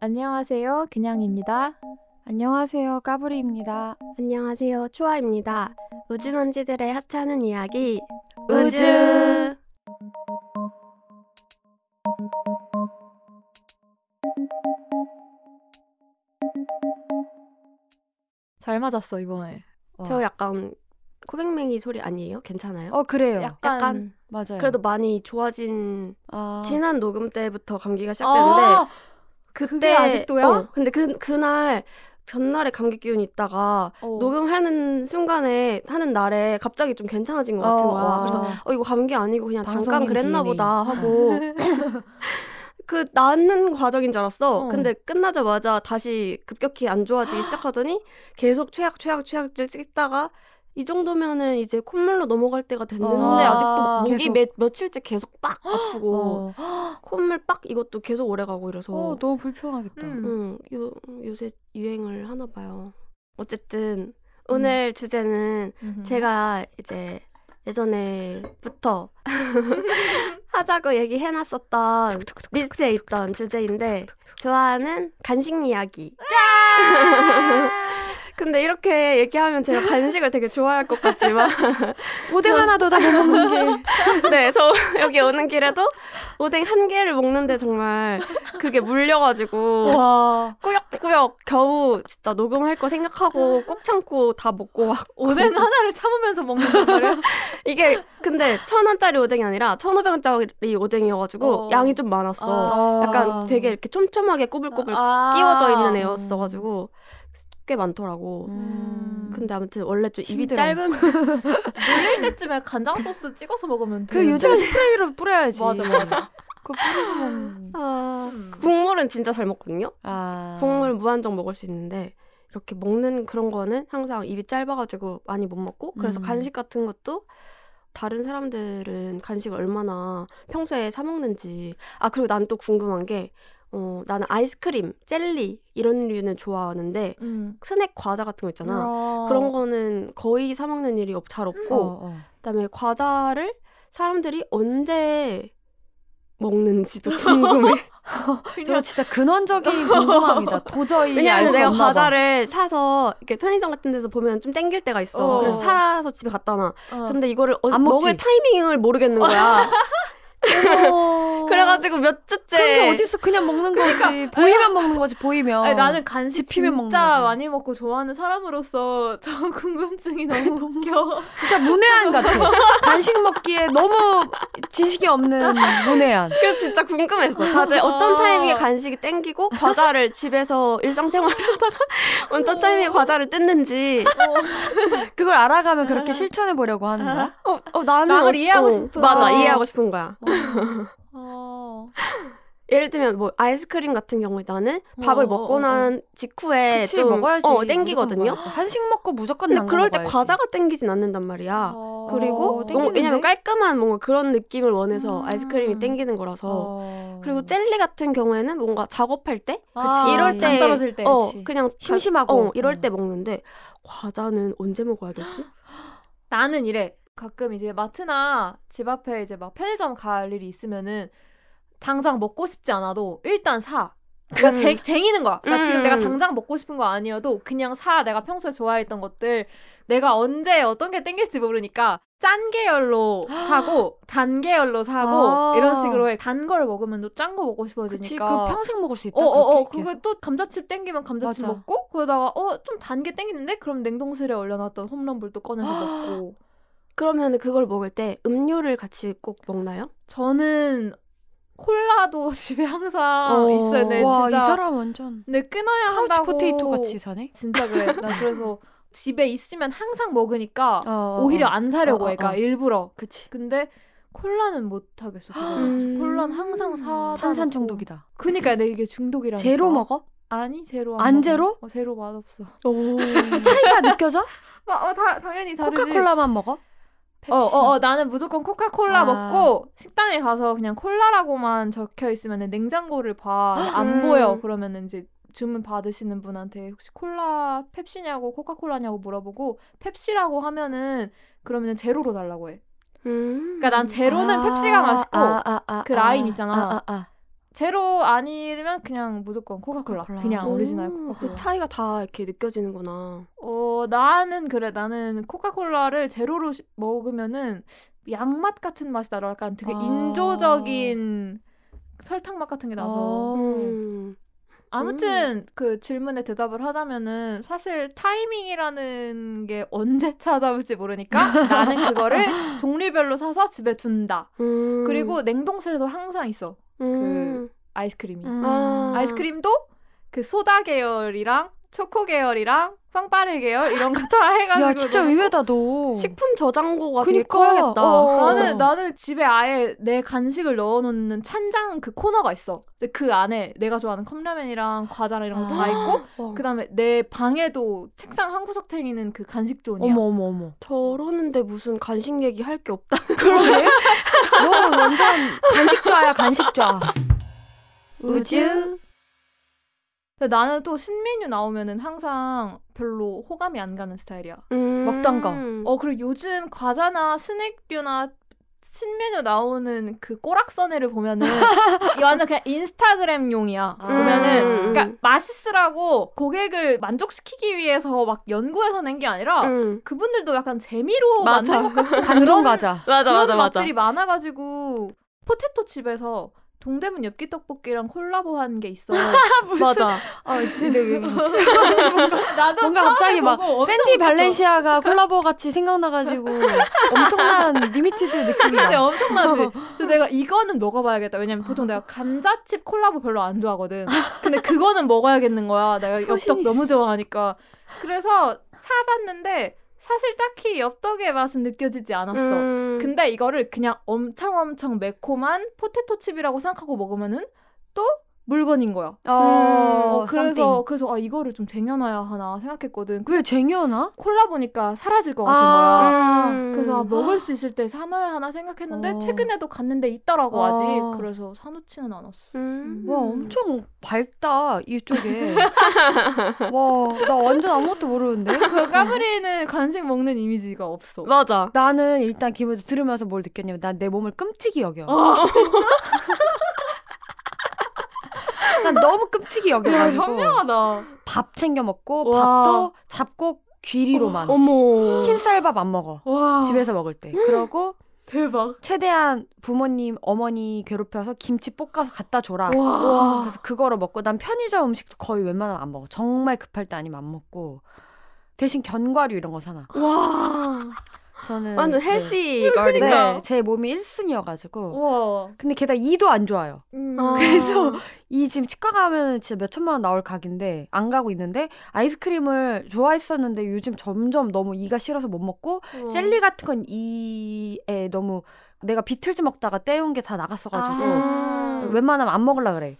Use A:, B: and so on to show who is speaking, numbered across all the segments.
A: 안녕하세요. 그냥입니다.
B: 안녕하세요. 까불이입니다.
C: 안녕하세요. 초아입니다. 우주먼지들의 하찮은 이야기.
B: 우주.
A: 잘 맞았어, 이번에. 와.
C: 저 약간 코맹맹이 소리 아니에요? 괜찮아요?
B: 어, 그래요.
A: 약간,
C: 약간
B: 맞아요.
C: 그래도 많이 좋아진
B: 아.
C: 지난 녹음 때부터 감기가 시작됐는데
A: 아,
C: 그때
A: 그게 아직도야?
C: 어, 근데 그 그날 전날에 감기 기운이 있다가
A: 어.
C: 녹음하는 순간에 하는 날에 갑자기 좀 괜찮아진 것 같은 거야.
B: 어, 어.
C: 그래서 어 이거 감기 아니고 그냥 잠깐
B: 방송인
C: 그랬나
B: 기운이.
C: 보다 하고 그 낫는 과정인 줄 알았어.
A: 어.
C: 근데 끝나자마자 다시 급격히 안 좋아지기 시작하더니 계속 최악 최악 최악을 찍다가 이 정도면은 이제 콧물로 넘어갈 때가 됐는데
B: 어.
C: 아직도 막 목이
B: 계속.
C: 매, 며칠째 계속 빡 아프고
B: 어.
C: 콧물 빡 이것도 계속 오래가고 이래서
B: 어, 너무 불편하겠다.
A: 음.
C: 응, 요, 요새 유행을 하나 봐요.
B: 음.
C: 어쨌든 오늘 주제는
A: 음흠.
C: 제가 이제 예전에부터 하자고 얘기해놨었던 리스트에 있던 주제인데 좋아하는 간식 이야기. 근데 이렇게 얘기하면 제가 간식을 되게 좋아할 것 같지만
B: 오뎅 하나도 다 못 먹는 게.
C: 네, 저 여기 오는 길에도 오뎅 한 개를 먹는데 정말 그게 물려가지고
A: 와,
C: 꾸역꾸역 겨우 진짜 녹음할 거 생각하고 꾹 참고 다 먹고 막
A: 오뎅 하나를 참으면서 먹는 거예요?
C: 이게 근데 천 원짜리 오뎅이 아니라 천 오백 원짜리 오뎅이어가지고
A: 어.
C: 양이 좀
B: 아.
C: 많았어. 약간 되게 이렇게 촘촘하게 꾸불꾸불 끼워져 있는 애였어가지고 꽤 많더라고.
B: 아. 음.
C: 근데 아무튼 원래 좀 입이
B: 힘들어.
C: 짧은
A: 놀릴 때쯤에 간장 소스 찍어서 먹으면
C: 음,
B: 그 요즘 스프레이로 뿌려야지.
A: 맞아, 맞아.
B: 그거 뿌리면.
C: 아, 국물은 진짜 잘 먹거든요.
B: 아.
C: 국물 무한정 먹을 수 있는데 이렇게 먹는 그런 거는 항상 입이 짧아가지고 많이 못 먹고 그래서
B: 음.
C: 간식 같은 것도 다른 사람들은 간식을 얼마나 평소에 사 먹는지 아 그리고 난 또 궁금한 게 어, 나는 아이스크림, 젤리 이런 류는 좋아하는데
A: 음.
C: 스낵 과자 같은 거 있잖아
A: 어.
C: 그런 거는 거의 사 먹는 일이 없- 잘 없고
B: 어, 어.
C: 그다음에 과자를 사람들이 언제 먹는지도 궁금해
B: 저
A: 그냥
B: 진짜 근원적인 궁금함이다. 도저히 음, 알
C: 왜냐하면
B: 수
C: 내가
B: 없나 봐.
C: 과자를 사서 이렇게 편의점 같은 데서 보면 좀 땡길 때가 있어.
A: 어.
C: 그래서 사서 집에 갖다 놔.
A: 어.
C: 근데 이거를 어-
B: 안 먹지.
C: 먹을 타이밍을 모르겠는 거야.
B: 어머.
C: 그래가지고 그러니까 몇
B: 그런 게
C: 주째
B: 어딨어? 그냥 먹는 거지. 보이면 먹는 거지. 보이면.
A: 아니, 나는 간식
B: 집히면 먹는
A: 진짜
B: 어. 거지.
A: 많이 먹고 좋아하는 사람으로서 저 궁금증이 너무 웃겨.
B: 진짜 문외한 같아. 간식 먹기에 너무 지식이 없는 문외한.
C: 그래서 진짜 궁금했어. 다들
A: 어.
C: 어떤 타이밍에 간식이 땡기고 과자를 집에서 일상생활하다가 어떤 타이밍에 과자를 뗐는지.
B: 그걸 알아가면 그렇게 실천해 보려고 하는 거야?
A: 아.
C: 어, 어, 나는
A: 남을
C: 어-
A: 이해하고
C: 어,
A: 싶은
C: 맞아,
A: 거지.
C: 이해하고 싶은 거야.
A: 어.
C: 예를 들면 뭐 아이스크림 같은 경우에 나는 밥을
A: 어,
C: 먹고
A: 어, 어.
C: 난
A: 네,
C: 직후에
B: 그치
C: 좀
B: 먹어야지.
C: 어, 땡기거든요.
B: 무조건 먹어야지. 한식 먹고 무조건
C: 근데
B: 단
C: 그럴
B: 거
C: 때
B: 먹어야지.
C: 과자가 땡기진 않는단 말이야.
A: 어.
C: 아. 그리고
B: 어,
C: 뭔가 왜냐면
B: 땡기는데?
C: 깔끔한 뭔가 그런 느낌을 원해서
A: 음.
C: 아이스크림이 땡기는 거라서
B: 어.
C: 그리고 젤리 같은 경우에는 뭔가 작업할 때
A: 아,
C: 이럴
A: 당
C: 때,
A: 떨어질 때.
C: 어,
B: 그치.
C: 그냥 가-
B: 심심하고.
C: 어, 이럴 때
B: 음.
C: 먹는데 과자는 언제 먹어야 되지?
A: 나는 이래. 가끔 이제 마트나 집 앞에 이제 막 편의점 갈 일이 있으면은 당장 먹고 싶지 않아도 일단 사. 그러니까
C: 음.
A: 쟁, 쟁이는 거야. 그러니까 지금
C: 음.
A: 내가 당장 먹고 싶은 거 아니어도 그냥 사. 내가 평소에 좋아했던 것들 내가 언제 어떤 게 땡길지 모르니까 짠 계열로 사고 단 계열로 사고
B: 아.
A: 이런 식으로 해. 단 걸 먹으면 또 짠 거 먹고 싶어지니까.
B: 그치, 그거 평생 먹을 수 있다.
A: 어어어
B: 그렇게
A: 그게
B: 계속.
A: 또 감자칩 땡기면 감자칩
B: 맞아.
A: 먹고 그러다가 어 좀 단 게 땡기는데 그럼 냉동실에 얼려놨던 홈런볼 또 꺼내서 먹고
C: 그러면 그걸 먹을 때 음료를 같이 꼭 먹나요?
A: 저는 콜라도 집에 항상
C: 어,
A: 있어요 네,
B: 와,
A: 진짜
B: 이 사람 완전
A: 근데 끊어야
B: 하우치
A: 한다고
B: 포테이토 같이 사네.
A: 진짜 그래 나 그래서 집에 있으면 항상 먹으니까
B: 어,
A: 오히려
B: 어.
A: 안 사려고
B: 어, 어,
A: 해 그러니까
B: 어.
A: 일부러
B: 그치.
A: 근데 콜라는 못 하겠어 그거
C: 음.
A: 콜라는 항상 사
B: 탄산 중독이다.
A: 그니까 내 이게 중독이라니까
B: 제로 먹어?
A: 아니 제로
B: 안
A: 먹어.
B: 제로?
A: 어, 제로 맛없어
B: 차이가 느껴져?
A: 막, 어, 다, 당연히 다르지.
B: 코카콜라만 먹어?
A: 어, 어, 어, 나는 무조건 코카콜라
B: 아.
A: 먹고 식당에 가서 그냥 콜라라고만 적혀 있으면 냉장고를 봐. 안
C: 음.
A: 보여. 그러면은 이제 주문 받으시는 분한테 혹시 콜라 펩시냐고 코카콜라냐고 물어보고 펩시라고 하면은 그러면은 제로로 달라고 해.
C: 음.
A: 그러니까 난 제로는 펩시가 맛있고
B: 아, 아,
A: 그 라임 있잖아.
B: 아, 아, 아.
A: 제로 아니면 그냥 무조건 코카콜라.
B: 코카콜라.
A: 그냥 아, 오리지널
C: 음,
A: 코카콜라.
C: 그 차이가 다 이렇게 느껴지는구나.
A: 어, 나는 그래. 나는 코카콜라를 제로로 시- 먹으면은 양맛 같은 맛이 나라 약간 되게
B: 아.
A: 인조적인 설탕 맛 같은 게 나서.
B: 어.
C: 음.
A: 아무튼 그 질문에 대답을 하자면은 사실 타이밍이라는 게 언제 찾아올지 모르니까 나는 그거를 종류별로 사서 집에 둔다.
C: 음.
A: 그리고 냉동실에도 항상 있어.
C: 음.
A: 아이스크림이.
C: 아.
A: 아이스크림도 그 소다 계열이랑 초코 계열이랑 빵빠레 계열 이런 거 다 해가지고
B: 야 진짜
A: 너무-
B: 의외다 너.
C: 식품 저장고가 되게
B: 그니까.
C: 커야겠다.
B: 어.
A: 나는 나는 집에 아예 내 간식을 넣어놓는 찬장 그 코너가 있어. 근데 그 안에 내가 좋아하는 컵라면이랑 과자랑 이런 거 다
B: 아.
C: 어.
A: 있고
B: 와.
A: 그 다음에 내 방에도 책상 한 구석 탱이는 그 간식 존이야.
B: 어머 어머 어머.
C: 저러는데 무슨 간식 얘기 할 게 없다.
B: 그러게. 너 완전 간식좌야 간식좌.
A: 우주. 근데 나는 또 신메뉴 나오면은 항상 별로 호감이 안 가는 스타일이야.
C: 음.
B: 먹던 거.
A: 어 그리고 요즘 과자나 스낵류나 신메뉴 나오는 그 꼬락서네를 보면은 이 완전 그냥 인스타그램용이야.
B: 아.
A: 보면은
B: 음.
A: 그러니까 맛있으라고 고객을 만족시키기 위해서 막 연구해서 낸 게 아니라
C: 음.
A: 그분들도 약간 재미로
C: 맞아.
A: 만든 것 같은
B: 반전
A: 그런
B: 과자.
C: 맞아
A: 그런
C: 맞아 맞아.
A: 맛들이 많아가지고 포테토 집에서 동대문 엽기 떡볶이랑 콜라보한 게 있어. 맞아.
B: 아 근데 왜
A: 나도
B: 뭔가
A: 처음에
B: 갑자기 막
A: 보고 엄청
B: 팬티
A: 웃겼어.
B: 발렌시아가 콜라보 같이 생각나가지고 엄청난 리미티드
A: 그치
B: 느낌이야.
A: 엄청나지. 근데 내가 이거는 먹어봐야겠다. 왜냐면 보통 내가 감자칩 콜라보 별로 안 좋아하거든. 근데 그거는 먹어야겠는 거야. 내가
B: 소신이
A: 엽떡 너무 좋아하니까. 그래서 사봤는데 사실 딱히 엽떡의 맛은 느껴지지 않았어.
C: 음.
A: 근데 이거를 그냥 엄청 엄청 매콤한 포테토 칩이라고 생각하고 먹으면은 또 물건인 거야.
B: 어,
A: 어,
B: 그래서
A: 그래서 그래서 아 이거를 좀 쟁여놔야 하나 생각했거든. 그
B: 왜 쟁여나?
A: 콜라보니까 사라질 것 같은
B: 아.
A: 거야.
C: 음.
A: 그래서 아, 먹을 수 있을 때 사놔야 하나 생각했는데
B: 어.
A: 최근에도 갔는데 있더라고
B: 어.
A: 아직 그래서 사놓지는 않았어.
C: 음.
B: 와 엄청 밝다 이쪽에. 와 나 완전 아무것도 모르는데.
A: 그 까브리는 간식 먹는 이미지가 없어.
C: 맞아.
B: 나는 일단 기분이 들으면서 뭘 느꼈냐면 난 내 몸을 끔찍이 여겨.
A: 어.
B: 난 너무 끔찍이
A: 야
B: 여겨가지고
A: 현명하다.
B: 밥 챙겨 먹고
A: 어, 와.
B: 밥도 잡곡 귀리로만
C: 어머.
B: 흰쌀밥 안 먹어.
A: 와
B: 아. 집에서 먹을 때. 그러고
A: 대박.
B: 최대한 부모님 어머니 괴롭혀서 김치 볶아서 갖다 줘라.
A: 와.
B: 그래서 그거로 먹고 난 편의점 음식도 거의 웬만하면 안 먹어. 정말 급할 때 아니면 안 먹고 대신 견과류 이런 거 사나.
C: 와.
B: 저는
C: 완전
B: 네.
C: 헬시
B: 네,
C: 걸리네.
A: 그러니까.
B: 제 몸이 1순위여가지고
A: 와.
B: 근데 게다가 이도 안 좋아요.
A: 음.
C: 아.
B: 그래서 이 지금 치과 가면 진짜 몇 천만 원 나올 각인데 안 가고 있는데 아이스크림을 좋아했었는데 요즘 점점 너무 이가 싫어서 못 먹고
C: 아.
A: 어.
B: 젤리 같은 건 이에 너무 내가 비틀즈 먹다가 때운 게 다 나갔어가지고
A: 아.
B: 웬만하면 안 먹으려 그래.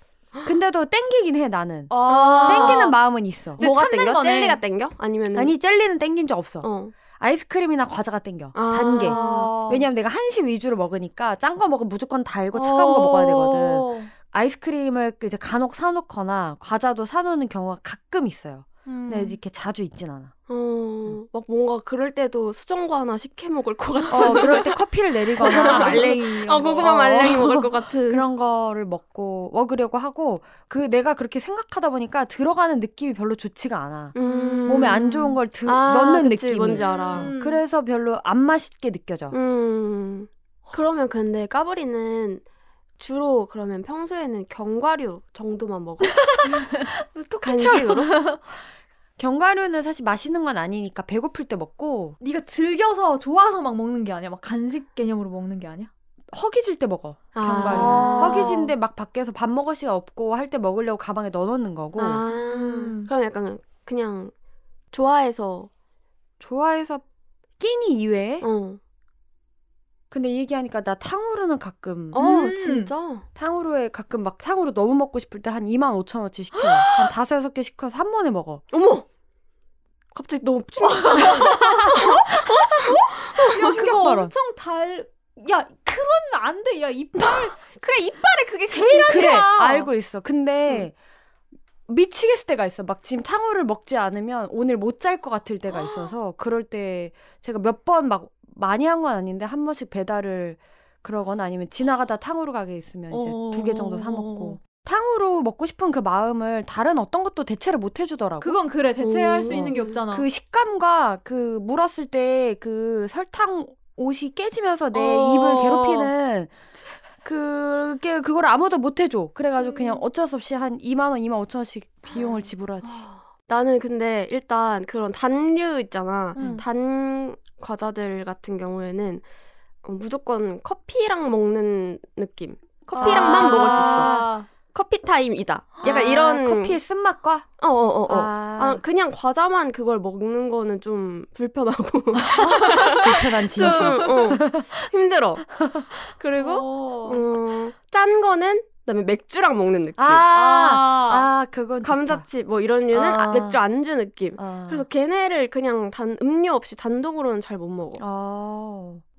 B: 근데도 땡기긴 해 나는.
C: 어.
A: 아.
B: 땡기는 마음은 있어.
A: 근데
C: 뭐가
A: 참는
C: 땡겨?
A: 거네.
C: 젤리가 땡겨? 아니면
B: 아니 젤리는 땡긴 적 없어.
C: 어.
B: 아이스크림이나 과자가 땡겨.
C: 아.
B: 단계.
A: 아.
B: 왜냐면 내가 한식 위주로 먹으니까 짠 거 먹으면 무조건 달고 차가운 거 먹어야 되거든.
A: 어.
B: 아이스크림을 그 이제 간혹 사놓거나 과자도 사놓는 경우가 가끔 있어요.
A: 음.
B: 근데 이렇게 자주 있진 않아.
C: 어. 막 뭔가 그럴 때도 수정과 하나 시켜 먹을 것 같은.
B: 어, 그럴 때 커피를 내리거나 말랭이.
A: 아,
C: 어, 고구마 말랭이 먹을 것 같은.
B: 그런 거를 먹고 먹으려고 하고 그 내가 그렇게 생각하다 보니까 들어가는 느낌이 별로 좋지가 않아.
C: 음.
B: 몸에 안 좋은 걸 드,
C: 아,
B: 넣는
C: 그치,
B: 느낌이.
C: 뭔지 알아.
A: 음.
B: 그래서 별로 안 맛있게 느껴져.
C: 음. 그러면 근데 까불이는 주로 그러면 평소에는 견과류 정도만 먹어.
B: 또
C: 간식으로?
B: 견과류는 사실 맛있는 건 아니니까 배고플 때 먹고
A: 네가 즐겨서 좋아서 막 먹는 게 아니야. 막 간식 개념으로 먹는 게 아니야.
B: 허기질 때 먹어. 견과류.
A: 아.
B: 허기진데 막 밖에서 밥 먹을 시간 없고 할 때 먹으려고 가방에 넣어놓는 거고
C: 아.
A: 음.
C: 그럼 약간 그냥 좋아해서
B: 좋아해서 끼니 이외에
C: 어.
B: 근데 이 얘기하니까 나 탕후루는 가끔
C: 어,
A: 음.
C: 진짜?
B: 탕후루에 가끔 막 탕후루 너무 먹고 싶을 때 한 2만 5천 원치 시켜 한 다섯 여섯 개 시켜서 한 번에 먹어
C: 어머! 갑자기 너무 충격.
A: 야, 그거
B: 충격받아.
A: 엄청 달. 야, 그러면 안 돼. 야, 이빨.
C: 그래, 이빨에 그게 제일
B: 어, 그래 알고 있어 근데 미치겠을 때가 있어 막 지금 탕후루를 먹지 않으면 오늘 못 잘 것 같을 때가 있어서 그럴 때 제가 몇 번 막 많이 한 건 아닌데 한 번씩 배달을 그러거나 아니면 지나가다 탕후루 가게 있으면 이제
A: 어.
B: 두 개 정도 사 먹고 탕후루 먹고 싶은 그 마음을 다른 어떤 것도 대체를 못 해주더라고.
A: 그건 그래 대체할 수
C: 오.
A: 있는 게 없잖아.
B: 그 식감과 그 물었을 때 그 설탕 옷이 깨지면서 내
A: 어.
B: 입을 괴롭히는 그게 그걸 아무도 못 해줘.
A: 음.
B: 그래가지고 그냥 어쩔 수 없이 한 2만 원, 2만 5천 원씩 비용을 지불하지.
C: 나는 근데 일단 그런 단류 있잖아.
A: 음.
C: 단 과자들 같은 경우에는 어, 무조건 커피랑 먹는 느낌. 커피랑만
B: 아.
C: 먹을 수 있어. 커피 타임이다. 약간
B: 아,
C: 이런
B: 커피의 쓴맛과
C: 어어어 어. 어. 아,
B: 아,
C: 그냥 과자만 그걸 먹는 거는 좀 불편하고
B: 불편한
C: 좀
B: 아, 진심.
A: 그,
C: 어, 힘들어. 그리고
A: 그리고
C: 어, 짠 거는 그다음에 맥주랑 먹는 느낌.
B: 아,
A: 아,
B: 아, 그건 좋다.
C: 감자칩 뭐 이런 류는 아,
B: 아.
C: 맥주 안주 느낌.
B: 아.
C: 그래서 걔네를 그냥 단 음료 없이 단독으로는 잘 못 먹어.
B: 어,
A: 넌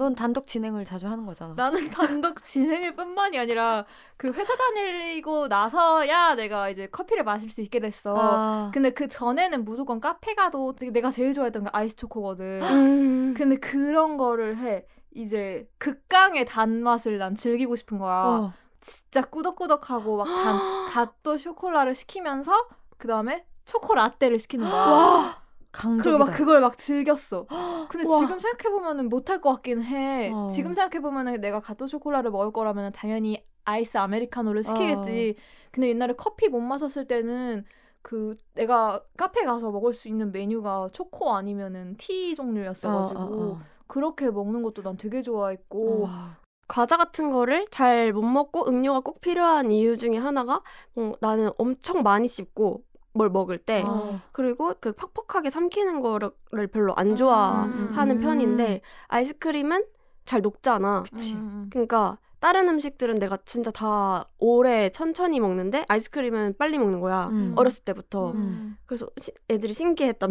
B: 넌 단독 진행을 자주 하는 거잖아.
A: 나는 단독 진행일 뿐만이 아니라 그 회사 다니고 나서야 내가 이제 커피를 마실 수 있게 됐어.
B: 아.
A: 근데 그 전에는 무조건 카페 가도 되게 내가 제일 좋아했던 게 아이스 초코거든.
C: 음.
A: 근데 그런 거를 해. 이제 극강의 단맛을 난 즐기고 싶은 거야.
B: 어.
A: 진짜 꾸덕꾸덕하고 막 아. 단 갓도 쇼콜라를 시키면서 그 다음에 초코 라떼를 시키는 거야.
B: 와, 강적이다.
A: 그리고 막 그걸 막 즐겼어. 근데
C: 와.
A: 지금 생각해 보면은 못할 것 같긴 해.
B: 어.
A: 지금 생각해 보면은 내가 가토 초콜라를 먹을 거라면 당연히 아이스 아메리카노를 시키겠지. 근데 옛날에 커피 못 마셨을 때는 그 내가 카페 가서 먹을 수 있는 메뉴가 초코 아니면은 티 종류였어가지고 그렇게 먹는 것도 난 되게 좋아했고
B: 어.
A: 음,
C: 과자 같은 거를 잘 못 먹고 음료가 꼭 필요한 이유 중에 하나가 어, 나는 엄청 많이 씹고 뭘 먹을 때
A: 아.
B: 어.
C: 그리고 그 퍽퍽하게 삼키는 거를 별로 안 어, 좋아하는
A: 음.
C: 편인데 아이스크림은 잘 녹잖아.
B: 그치.
A: 음, 음.
C: 그러니까 다른 음식들은 내가 진짜 다 오래 천천히 먹는데 아이스크림은 빨리 먹는 거야.
B: 음.
C: 어렸을 때부터.
A: 음.
C: 그래서 시- 애들이 신기했단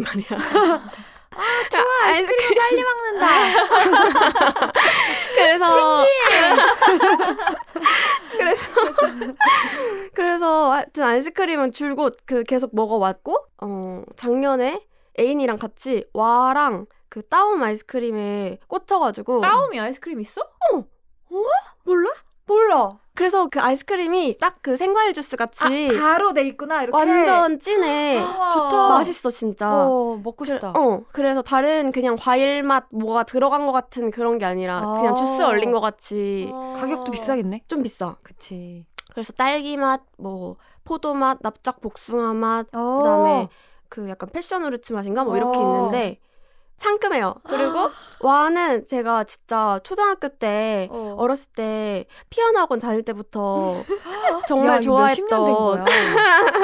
C: 말이야.
B: 좋아, 아이스크림 빨리 먹는다.
C: 그래서 그래서 그래서 하여튼 아이스크림은 줄곧 그 계속 먹어왔고 어 작년에 애인이랑 같이 와랑 그 따옴 아이스크림에 꽂혀가지고
A: 따오미 아이스크림 있어?
C: 몰라?
A: 몰라.
C: 그래서 그 아이스크림이 딱 그 생과일 주스 같이
A: 아, 바로 돼 있구나 이렇게.
C: 완전 진해
A: 우와.
B: 좋다.
C: 맛있어 진짜
B: 어, 먹고 싶다.
C: 어 그래서 다른 그냥 과일 맛 뭐가 들어간 것 같은 그런 게 아니라 그냥
B: 아.
C: 주스 얼린 것 같이
A: 어.
B: 가격도 비싸겠네.
C: 좀 비싸
B: 그치.
C: 그래서 딸기 맛, 뭐 포도 맛, 납작 복숭아 맛,
B: 어.
C: 그다음에 그 약간 패션 후르츠 맛인가 뭐 이렇게
B: 어.
C: 있는데 상큼해요. 그리고 와는 제가 진짜 초등학교 때
A: 어.
C: 어렸을 때 피아노 학원 다닐 때부터
B: 야,
C: 정말
B: 이거 몇십
C: 좋아했던
B: 년된 거야.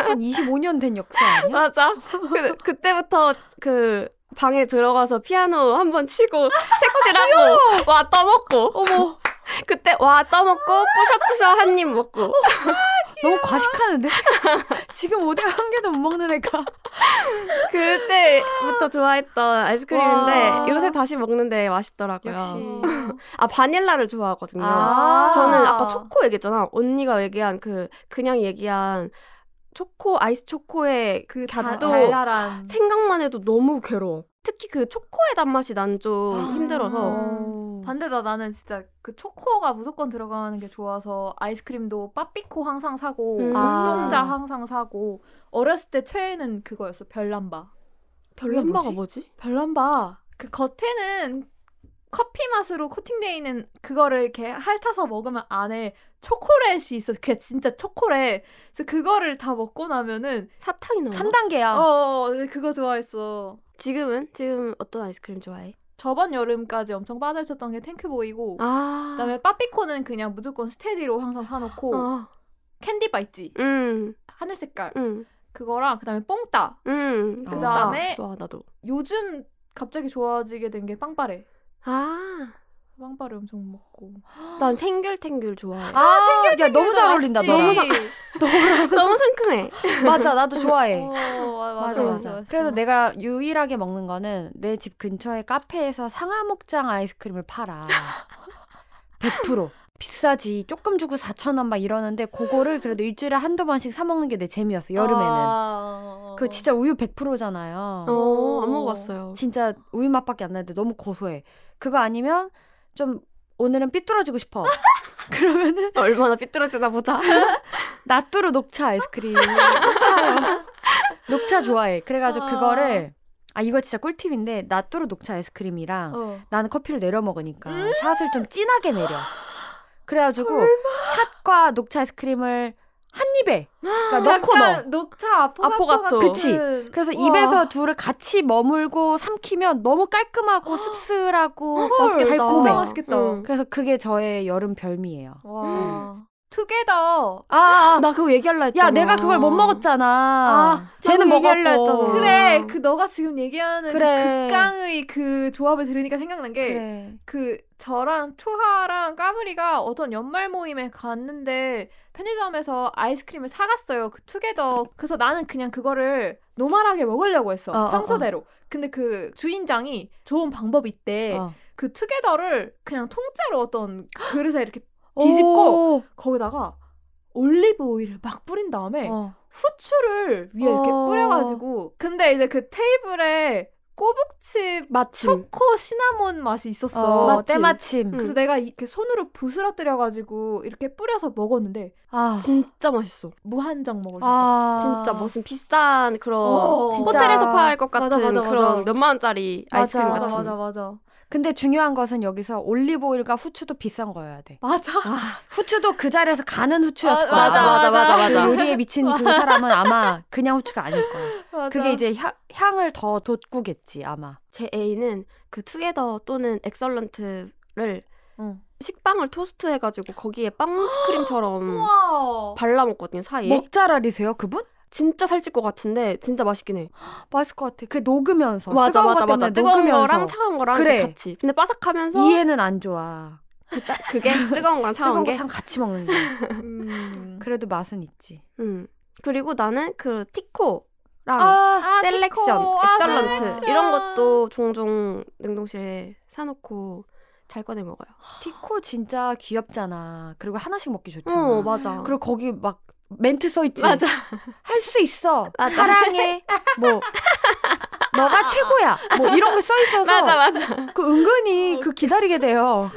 B: 한 25년 된 역사 아니야?
C: 맞아. 그, 그때부터 그 방에 들어가서 피아노 한 번 치고
B: 아,
C: 색칠하고 와 떠먹고 어머 그때 와 떠먹고 뿌셔뿌셔 한 입 먹고
B: 너무 과식하는데? 지금 오뎅 한 개도 못 먹는 애가.
C: 그때부터 좋아했던 아이스크림인데
B: 와.
C: 요새 다시 먹는데 맛있더라고요.
B: 역시.
C: 아 바닐라를 좋아하거든요.
B: 아.
C: 저는 아까 초코 얘기했잖아. 언니가 얘기한 그 그냥 얘기한 초코 아이스 초코의 그
A: 다-
C: 갓도
A: 달달한 음.
C: 생각만 해도 너무 괴로워. 특히 그 초코의 단맛이 난 좀
B: 아.
C: 힘들어서
B: 어.
A: 반대다 나는 진짜 그 초코가 무조건 들어가는 게 좋아서 아이스크림도 빠삐코 항상 사고
C: 음.
A: 운동자
B: 아.
A: 항상 사고 어렸을 때 최애는 그거였어 별남바
C: 별난바가
B: 그게
C: 뭐지?
A: 별남바 그 겉에는 커피 맛으로 코팅돼 있는 그거를 이렇게 핥아서 먹으면 안에 초콜릿이 있어 그게 진짜 초콜릿 그래서 그거를 다 먹고 나면은
C: 사탕이 나와.
B: 3단계야.
A: 음. 어 그거 좋아했어
C: 지금은 지금 어떤 아이스크림 좋아해?
A: 저번 여름까지 엄청 빠져있었던 게 탱크보이고
C: 아.
A: 그다음에 빠삐코는 그냥 무조건 스테디로 항상 사놓고
B: 어.
C: 아.
A: 캔디바 있지
C: 음.
A: 하늘 색깔
C: 음.
A: 그거랑 그다음에 뽕따
C: 음.
A: 그다음에-
C: 좋아 나도.
A: 요즘 갑자기 좋아지게 된 게 빵빠레
C: 아.
A: 빵빠레 엄청 먹고
C: 난 생귤탱귤 좋아해.
B: 아, 야, 너무 잘 어울린다. 너무
A: 잘
C: 너무 상큼해.
B: 잘- 맞아, 나도 좋아해.
A: 어, 맞아
B: 맞아, 맞아.
A: 맞아
B: 그래서 내가 유일하게 먹는 거는 내 집 근처의 카페에서 상하목장 아이스크림을 팔아. 100%. 비싸지. 조금 주고 4,000원 막 이러는데, 그거를 그래도 일주일에 한두 번씩 사먹는 게 내 재미였어, 여름에는.
A: 아...
B: 그 진짜 우유 100%잖아요.
C: 어, 안 먹어봤어요.
B: 진짜 우유 맛밖에 안 나는데 너무 고소해. 그거 아니면 좀 오늘은 삐뚤어지고 싶어. 그러면은
C: 얼마나 삐뚤어지나 보자.
B: 나뚜루 녹차 아이스크림 사요. 녹차 좋아해. 그래가지고
A: 아.
B: 그거를 아 이거 진짜 꿀팁인데 나뚜루 녹차 아이스크림이랑
A: 어.
B: 나는 커피를 내려 먹으니까 샷을 좀 진하게 내려. 그래가지고 샷과 녹차 아이스크림을 한 입에 그러니까 넣고 넣어.
A: 약간 녹차 아포가토,
C: 아포가토.
B: 그치.
A: 같은-
B: 그래서
A: 우와.
B: 입에서 둘을 같이 머물고 삼키면 너무 깔끔하고 씁쓸하고
A: 헐,
B: 달콤해.
A: 진짜 맛있겠다.
C: 어, 음.
B: 그래서 그게 저의 여름 별미예요. 음.
A: 와. 투게더.
B: 아, 아,
C: 나 그거 얘기할라 했잖아.
B: 야 내가 그걸 못 먹었잖아.
A: 아,
C: 나도
B: 쟤는 먹었고.
C: 얘기하려 했잖아.
B: 그래.
A: 그래, 그 너가 지금 얘기하는 그
B: 어. 그래.
A: 극강의 그 조합을 들으니까 생각난 게
B: 그래.
A: 그 저랑 초하랑 까무리가 어떤 연말 모임에 갔는데 편의점에서 아이스크림을 사갔어요. 그 투게더. 그래서 나는 그냥 그거를 노멀하게 먹으려고 했어.
B: 어, 어,
A: 평소대로. 근데 그 주인장이 좋은 방법이 있대.
B: 어.
A: 그 투게더를 그냥 통째로 어떤 그릇에 이렇게 뒤집고
C: 어.
A: 거기다가 올리브 오일을 막 뿌린 다음에
B: 어.
A: 후추를 위에 이렇게
B: 어.
A: 뿌려가지고 근데 이제 그 테이블에 꼬북칩
C: 마침.
A: 초코 시나몬 맛이 있었어.
B: 어,
C: 그 맞지?
B: 때마침.
C: 응.
A: 그래서 내가 이렇게 손으로 부스러뜨려가지고 이렇게 뿌려서 먹었는데
B: 아,
C: 진짜 맛있어.
A: 무한정 먹을 수 있어.
B: 아,
C: 진짜 무슨 비싼 그런
A: 어,
B: 진짜.
C: 호텔에서 팔 것 같은
A: 맞아, 맞아, 맞아.
C: 그런 몇만 원짜리 아이스크림
B: 맞아,
C: 같은.
A: 맞아 맞아
B: 근데 중요한 것은 여기서 올리브 오일과 후추도 비싼 거여야 돼.
A: 맞아.
B: 후추도 그 자리에서 가는 후추였을
A: 아,
B: 거야.
C: 맞아, 맞아, 맞아,
B: 그
C: 맞아.
B: 요리에 미친 그 사람은 아마 그냥 후추가 아닐 거야.
A: 맞아.
B: 그게 이제 향, 향을 더 돋구겠지 아마.
C: 제 애인은 그 투게더 또는 엑설런트를
A: 응.
C: 식빵을 토스트 해가지고 거기에 빵 스크림처럼
A: 우와.
C: 발라 먹거든요
B: 예.
C: 사이에.
B: 먹자랄이세요 그분?
C: 진짜 살찔 것 같은데 진짜 맛있긴 해.
B: 맛있을 것 같아. 그 녹으면서
C: 맞아
B: 뜨거운
C: 맞아
B: 것
C: 맞아.
B: 때문에
C: 뜨거운
B: 녹으면서.
C: 거랑 차가운 거랑
B: 그래.
C: 이렇게 같이. 근데 바삭하면서
B: 이해는 안 좋아.
C: 그게 뜨거운 거랑 차가운
B: 뜨거운
C: 게.
B: 거참 같이 먹는 거.
A: 음.
B: 그래도 맛은 있지.
C: 음. 그리고 나는 그 티코랑
B: 아,
A: 아,
C: 셀렉션,
A: 티코. 아,
C: 엑설런트
A: 셀렉션.
C: 이런 것도 종종 냉동실에 사놓고 잘 꺼내 먹어요.
B: 티코 진짜 귀엽잖아. 그리고 하나씩 먹기 좋잖아.
C: 어 맞아.
B: 그리고 거기 막 멘트 써 있지.
C: 맞아.
B: 할 수 있어.
C: 맞아.
B: 사랑해. 뭐 너가 최고야. 뭐 이런 거 써 있어서
C: 맞아 어, 맞아.
B: 그 은근히 그 기다리게 돼요.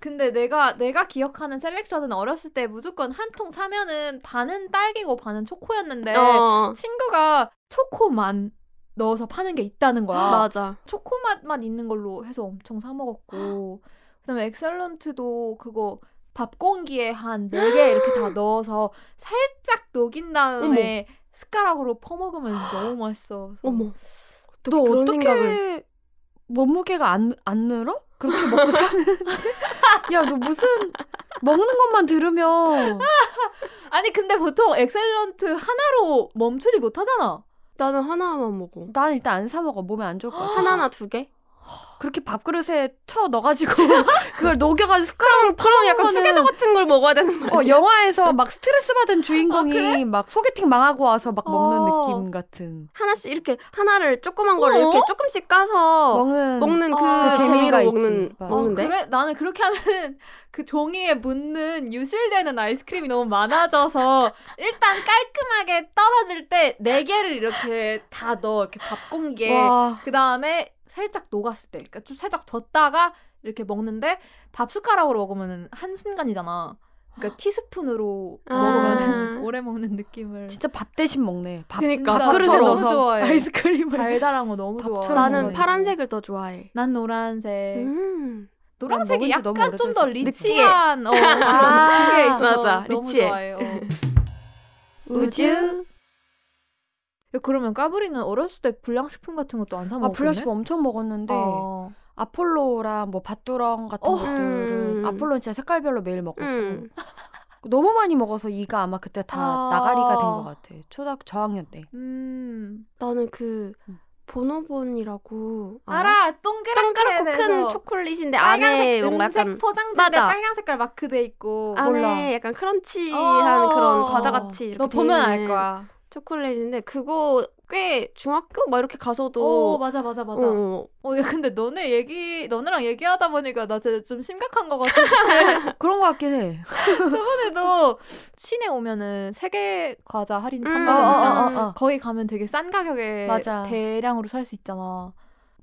A: 근데 내가 내가 기억하는 셀렉션은 어렸을 때 무조건 한 통 사면은 반은 딸기고 반은
B: 네.
A: 초코였는데
C: 어
A: 친구가 초코만 넣어서 파는 게 있다는 거야.
C: 맞아.
A: 초코 맛만 있는 걸로 해서 엄청 사 먹었고 그다음에 엑셀런트도 그거 밥 공기에 한 네 개 이렇게 다 넣어서 살짝 녹인 다음에 숟가락으로 퍼먹으면 너무 맛있어.
C: 어머.
B: 너
C: 그런
B: 어떻게
C: 생각을.
B: 몸무게가 안, 안 늘어? 그렇게 먹고 사는데? 야, 너 무슨 먹는 것만 들으면
A: 아니 근데 보통 엑셀런트 하나로 멈추지 못하잖아.
C: 나는 하나만 먹어.
B: 난 일단 안 사 먹어. 몸에 안 좋을 것 같아.
C: 하나나 두 개?
B: 그렇게 밥그릇에 쳐 넣어가지고 그걸 녹여가지고
C: 그럼 그럼 약간
B: 거는-
C: 투게더 같은 걸 먹어야 되는 거야.
B: 어, 영화에서 막 스트레스 받은 주인공이 막 소개팅 망하고 와서 막 먹는
A: 어.
B: 느낌 같은
C: 하나씩 이렇게 하나를 조그만 걸 이렇게 조금씩 까서
B: 어, 먹는
C: 먹는 그
A: 아, 그
B: 재미가
C: 재미로
B: 있지.
C: 먹는
B: 맞아.
A: 어,
C: 먹는데.
A: 그래? 나는 그렇게 하면 그 종이에 묻는 유실되는 아이스크림이 너무 많아져서 일단 깔끔하게 떨어질 때 네 개를 이렇게 다 넣어 이렇게 밥 공기에
C: 와.
A: 그 다음에 살짝 녹았을 때, 그러니까 좀 살짝 뒀다가 이렇게 먹는데 밥 숟가락으로 먹으면 한 순간이잖아. 그러니까 티스푼으로
C: 아.
A: 먹으면 오래 먹는 느낌을.
B: 진짜 밥 대신 먹네. 밥,
C: 그니까,
B: 밥그릇에
C: 밥처럼.
B: 넣어서
A: 너무 좋아해.
B: 아이스크림을
A: 달달한 거 너무 좋아.
B: 밥처럼
C: 나는
B: 먹어야지.
C: 파란색을 더 좋아해.
A: 난 노란색.
C: 음.
A: 노란색이
B: 난 먹은 지
A: 약간 좀
B: 너무
A: 더
B: 오래돼서
A: 리치한 어,
B: 아.
A: 그런 게 있어서
C: 맞아,
A: 너무
C: 리치해.
A: 좋아해요. 어. 그러면 까불이는 어렸을 때 불량식품 같은 것도 안 사 아,
B: 아,
A: 먹었네.
B: 블라시브 엄청 먹었는데 아폴로랑 뭐 밭두렁 같은
A: 어.
B: 것들은
C: 음.
B: 아폴로는 진짜 색깔별로 매일 먹었고
C: 음.
B: 너무 많이 먹어서 이가 아마 그때 다
A: 아.
B: 나가리가 된 것 같아. 초등학교 저학년 때.
A: 음.
C: 나는 그
B: 음.
C: 보노본이라고
A: 알아,
C: 어. 동그랗고
A: 동그랗게
C: 큰
A: 된
C: 초콜릿인데 안에
A: 빨간색
C: 뭔가
A: 은색
C: 약간
A: 포장지인데
C: 맞아.
A: 빨간 색깔 마크돼 있고
C: 안에
B: 몰라.
C: 약간 크런치한
A: 어.
C: 그런 과자 같이 이렇게
A: 너 보면
C: 돼
A: 알
C: 있는
A: 거야.
C: 초콜릿인데 그거 꽤 중학교 막 이렇게
A: 오
C: 가서도
A: 맞아 맞아 맞아. 어,
C: 어,
A: 야, 근데 너네 얘기 너네랑 얘기하다 보니까 나 진짜 좀 심각한 것 같은데
B: 그런 것 같긴 해.
A: 저번에도 시내 오면은 세계 과자 할인
C: 음.
A: 판매점
C: 맞아,
B: 어, 어,
A: 있잖아.
B: 어, 어, 어.
A: 거기 가면 되게 싼 가격에
B: 맞아.
A: 대량으로 살 수 있잖아.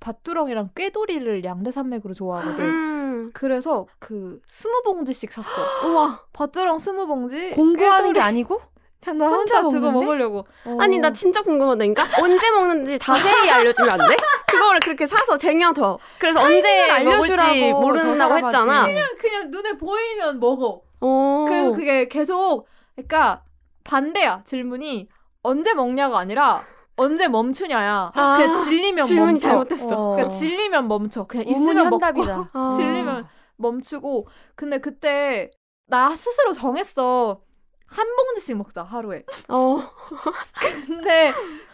A: 밭두렁이랑 꾀돌이를 양대산맥으로 좋아하거든.
C: 음.
A: 그래서 그 스무 봉지씩 샀어.
C: 우와
A: 밭두렁 스무 봉지.
B: 공부하는 게 아니고
A: 그냥 나
B: 혼자
A: 혼자 그거
B: 먹는데?
A: 먹으려고.
C: 아니
B: 어.
C: 나 진짜 궁금하다니까 언제 먹는지 자세히 알려주면 안 돼? 그거를 그렇게 사서 쟁여둬. 그래서 언제
B: 타이밍을
C: 먹을지
B: 알려주라고,
C: 모른다고
B: 저 사람한테.
C: 했잖아.
A: 그냥 그냥 눈에 보이면 먹어.
C: 오.
A: 그리고 그게 계속 그러니까 반대야 질문이 언제 먹냐가 아니라 언제 멈추냐야.
C: 아,
A: 그냥 질리면
C: 질문이
A: 멈춰.
C: 잘못됐어.
A: 그러니까 질리면 멈춰. 그냥
B: 있으면 어.
A: 있으면 먹고
B: 한답이다.
C: 아.
A: 질리면 멈추고. 근데 그때 나 스스로 정했어. 한 봉지씩 먹자 하루에.
C: 어.
A: 근데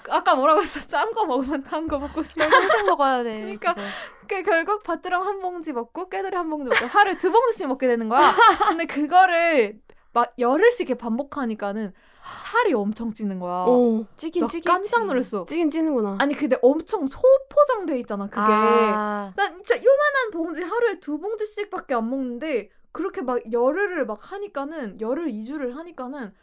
A: 아까 뭐라고 했어? 짠 거 먹으면 단 거 먹고 싶어.
B: 평생 먹어야 돼.
A: 그러니까
B: 그거.
A: 그 결국 밭드랑 한 봉지 먹고 깨돌이 한 봉지 먹고 하루에 두 봉지씩 먹게 되는 거야. 근데 그거를 막 열흘씩 이렇게 반복하니까는 살이 엄청 찌는 거야.
C: 오.
B: 찌긴
A: 나
B: 찌긴.
A: 깜짝 놀랐어.
C: 어. 찌긴 찌는구나.
A: 아니 근데 엄청 소포장돼 있잖아 그게.
B: 아,
A: 난 진짜 요만한 봉지 하루에 두 봉지씩밖에 안 먹는데 그렇게 막 열흘을 막 하니까는 열흘 이주를 하니까는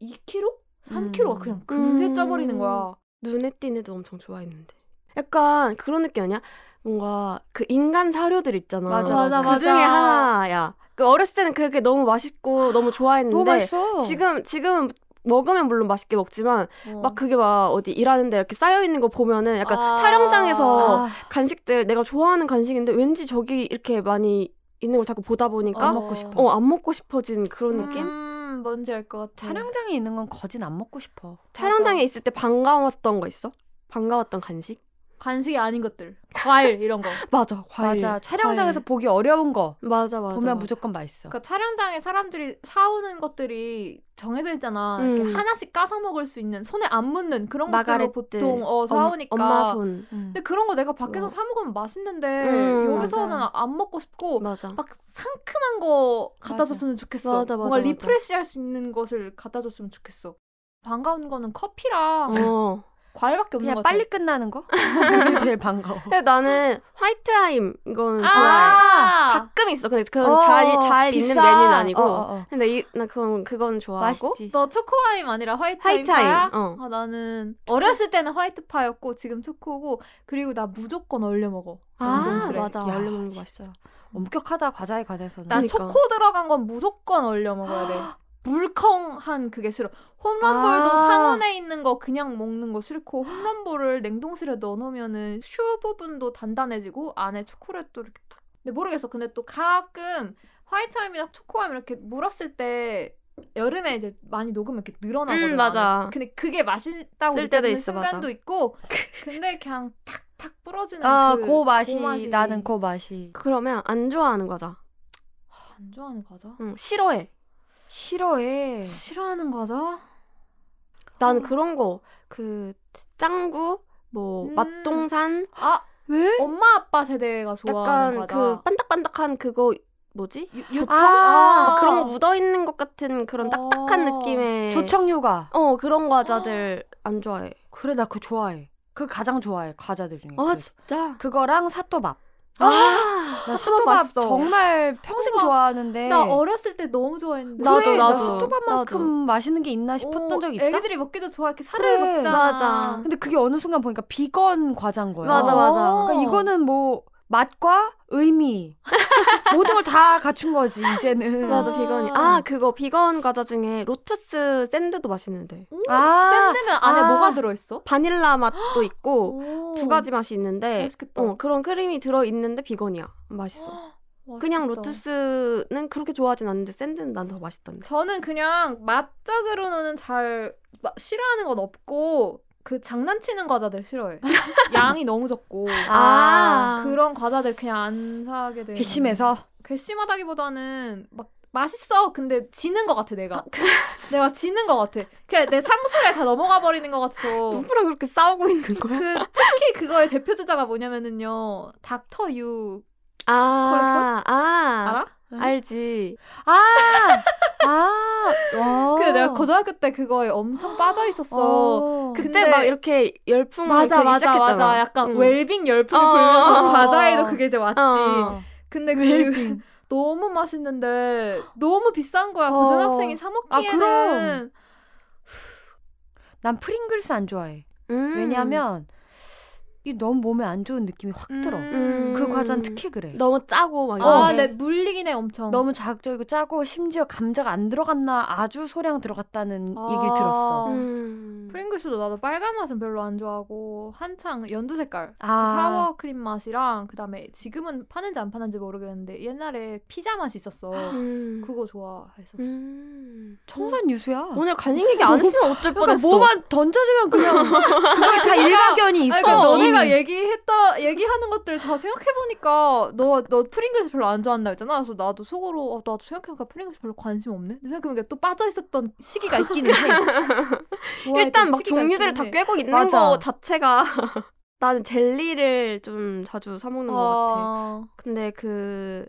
A: 2kg? 3kg가
B: 음.
A: 그냥 금세
C: 음.
A: 쪄버리는 거야.
C: 눈에 띈 애도 엄청 좋아했는데. 약간 그런 느낌 아니야? 뭔가 그 인간 사료들 있잖아.
B: 맞아, 맞아,
C: 그
A: 맞아.
C: 중에 하나야. 그 어렸을 때는 그게 너무 맛있고 너무 좋아했는데
B: 너무 뭐 맛있어.
C: 지금 지금은 먹으면 물론 맛있게 먹지만
A: 어.
C: 막 그게 막 어디 일하는데 이렇게 쌓여 있는 거 보면은 약간
A: 아.
C: 촬영장에서
B: 아,
C: 간식들 내가 좋아하는 간식인데 왠지 저기 이렇게 많이 있는 걸 자꾸 보다 보니까
B: 안
A: 어.
B: 먹고 싶어.
C: 어 안 먹고 싶어진 그런 느낌?
A: 음, 뭔지 알 것 같아.
B: 촬영장에 있는 건 거진 안 먹고 싶어.
C: 촬영장에 있을 때 반가웠던 거 있어? 반가웠던 간식?
A: 간식이 아닌 것들. 과일 이런 거.
C: 맞아 과일
B: 맞아. 촬영장에서 보기 어려운 거
C: 맞아 맞아
B: 보면 무조건 맛있어.
A: 그러니까 촬영장에 사람들이 사오는 것들이 정해져 있잖아. 이렇게
C: 음.
A: 하나씩 까서 먹을 수 있는 손에 안 묻는 그런 것들로
C: 마가렛들
A: 보통 어, 사오니까.
C: 엄, 마 손.
B: 음.
A: 근데 그런 거 내가 밖에서
C: 어.
A: 사 먹으면 맛있는데
C: 음,
A: 여기서는
B: 맞아.
A: 안 먹고 싶고
C: 맞아.
A: 어, 막 상큼한 거 갖다
B: 맞아.
A: 줬으면 좋겠어.
C: 맞아, 맞아,
A: 뭔가
C: 맞아.
A: 리프레시할 수 있는 것을 갖다 줬으면 좋겠어. 반가운 거는 커피랑
C: 어.
A: 과일밖에 없는
B: 그냥
A: 것 같아.
B: 빨리 끝나는 거? 그게 제일 반가워.
C: 근데 나는 화이트하임 이거는 음, 좋아해.
A: 아,
C: 가끔 있어. 근데 그건 잘잘 있는
B: 비싸.
C: 메뉴는 아니고.
B: 어, 어, 어.
C: 근데 이, 나 그건 그건 좋아하고.
B: 맛있지.
A: 너 초코아임 아니라 화이트아임
C: 화이트아임,
A: 파야?
C: 어.
A: 아, 나는 어렸을 때는 화이트파였고 지금 초코고 그리고 나 무조건 얼려 먹어.
C: 아
A: 냉동실에.
C: 맞아.
B: 야,
C: 얼른 먹는 거 맛있어.
B: 진짜 엄격하다 과자에 관해서는.
A: 난
C: 그러니까.
A: 초코 들어간 건 무조건 얼려 먹어야 돼. 물컹한 그게 싫어. 홈런볼도
B: 아.
A: 상온에 있는 거 그냥 먹는 거 싫고 홈런볼을 냉동실에 넣어놓으면은 슈 부분도 단단해지고 안에 초콜릿도 이렇게 탁. 근데 모르겠어. 근데 또 가끔 화이트함이나 초코함 이렇게 물었을 때 여름에 이제 많이 녹으면 이렇게 늘어나거든.
C: 음, 맞아.
A: 안에. 근데 그게 맛있다고
C: 쓸 때도
A: 느껴지는
C: 있어, 맞아.
A: 순간도 있고 근데 그냥 탁탁 부러지는
B: 아,
A: 그,
B: 그 맛이,
A: 그 맛이.
B: 나는 그 맛이
C: 그러면 안 좋아하는 과자.
A: 안 좋아하는 과자?
C: 응, 싫어해.
B: 싫어해.
A: 싫어하는 과자?
C: 나는 그런 거 그 짱구 뭐
A: 음.
C: 맛동산
A: 아
B: 왜?
A: 엄마 아빠 세대가 좋아하는
C: 약간
A: 과자.
C: 그 반딱반딱한 그거 뭐지?
A: 유청?
B: 아,
C: 막 그런 거 묻어 있는 것 같은 그런 딱딱한
A: 어.
C: 느낌의
B: 조청유가.
C: 어 그런 과자들 안 좋아해.
B: 그래 나 그거 좋아해. 그 가장 좋아해 과자들 중에.
C: 아
B: 그-
C: 진짜?
B: 그거랑 사또밥.
C: 아,
B: 나
C: 사또밥
B: 사또밥
C: 맛있어.
B: 정말 평생
A: 사또밥.
B: 좋아하는데.
A: 나 어렸을 때 너무 좋아했는데.
C: 나도,
B: 그래,
C: 나도.
B: 나 사또밥만큼 맛있는 게 있나 싶었던
A: 어,
B: 적이 있다.
A: 애기들이 먹기도 좋아 이렇게 사르르
B: 그래,
A: 먹잖아.
C: 맞아.
B: 근데 그게 어느 순간 보니까 비건 과자인 거야.
C: 맞아,
A: 어.
C: 맞아.
B: 그러니까 이거는 뭐 맛과 의미 모든 걸 다 갖춘 거지 이제는.
C: 맞아 비건이. 아 그거 비건 과자 중에 로투스 샌드도 맛있는데
B: 아,
A: 음? 샌드면 안에
B: 아.
A: 뭐가 들어있어?
C: 바닐라 맛도 있고 뭐 두 가지 맛이 있는데
A: 맛있겠다.
C: 어 그런 크림이 들어 있는데 비건이야. 맛있어.
A: 맛있겠다.
C: 그냥 로투스는 그렇게 좋아하진 않는데 샌드는 난 더 맛있던데.
A: 저는 그냥 맛적으로는 잘 마- 싫어하는 건 없고 그 장난치는 과자들 싫어해. 양이 너무 적고.
C: 아,
A: 그런 과자들 그냥 안 사게 돼.
B: 괘씸해서
A: 괘씸하다기보다는 막 맛있어. 근데 지는 것 같아 내가. 내가 지는 것 같아. 그냥 내 상술에 다 넘어가 버리는 것 같아서.
C: 누구랑 그렇게 싸우고 있는 거야?
A: 그 특히 그거의 대표 주자가 뭐냐면은요 닥터 유
C: 아, 아,
A: 알아?
B: 응?
C: 알지.
B: 아, 아, 와.
A: 그 내가 고등학교 때 그거에 엄청 빠져 있었어.
B: 어.
A: 그-
C: 그때
A: 근데-
C: 막 이렇게 열풍이
A: 맞아
C: 되기
A: 맞아
C: 시작했잖아.
A: 맞아. 약간
C: 응.
A: 웰빙 열풍이
C: 어.
A: 불면서
B: 어.
A: 과자에도 그게 이제 왔지.
C: 어.
A: 근데 그
B: 웰빙.
A: 너무 맛있는데 너무 비싼 거야
B: 어.
A: 고등학생이 사 먹기에는.
B: 난 프링글스 안 좋아해.
C: 음.
B: 왜냐면 이게 너무 몸에 안 좋은 느낌이 확 들어.
A: 음.
B: 그 과자는 특히 그래.
C: 너무 짜고 막
A: 아,
C: 이런 게.
A: 네 물리긴 해 엄청.
B: 너무 자극적이고 짜고 심지어 감자가 안 들어갔나 아주 소량 들어갔다는
A: 아.
B: 얘기를 들었어.
C: 음.
A: 프링글스도 나도 빨간 맛은 별로 안 좋아하고 한창 연두 색깔
B: 아,
A: 사워 크림 맛이랑 그다음에 지금은 파는지 안 파는지 모르겠는데 옛날에 피자 맛이 있었어.
C: 음.
A: 그거 좋아했었어.
C: 음.
B: 청산 유수야.
C: 오늘 간식 얘기 안 했으면 어쩔
B: 그러니까
C: 뻔했어.
B: 뭐만 던져주면 그냥 그게 다 일가견이 있어.
A: 아니, 그러니까 너네가
B: 이미.
A: 얘기했다 얘기하는 것들 다 생각해 보니까 너 너 프링글스 별로 안 좋아한다 했잖아. 그래서 나도 속으로 어, 나도 생각해보니까 프링글스 별로 관심 없네. 근데 생각해보니까 또 빠져 있었던 시기가 있기는 해. 좋아했던
C: 일단 막
A: 시기가
C: 종류들을
A: 있기는
C: 다
A: 해.
C: 꿰고 있는
B: 맞아.
C: 거 자체가 나는 젤리를 좀 자주 사 먹는 것 같아.
A: 어,
C: 근데 그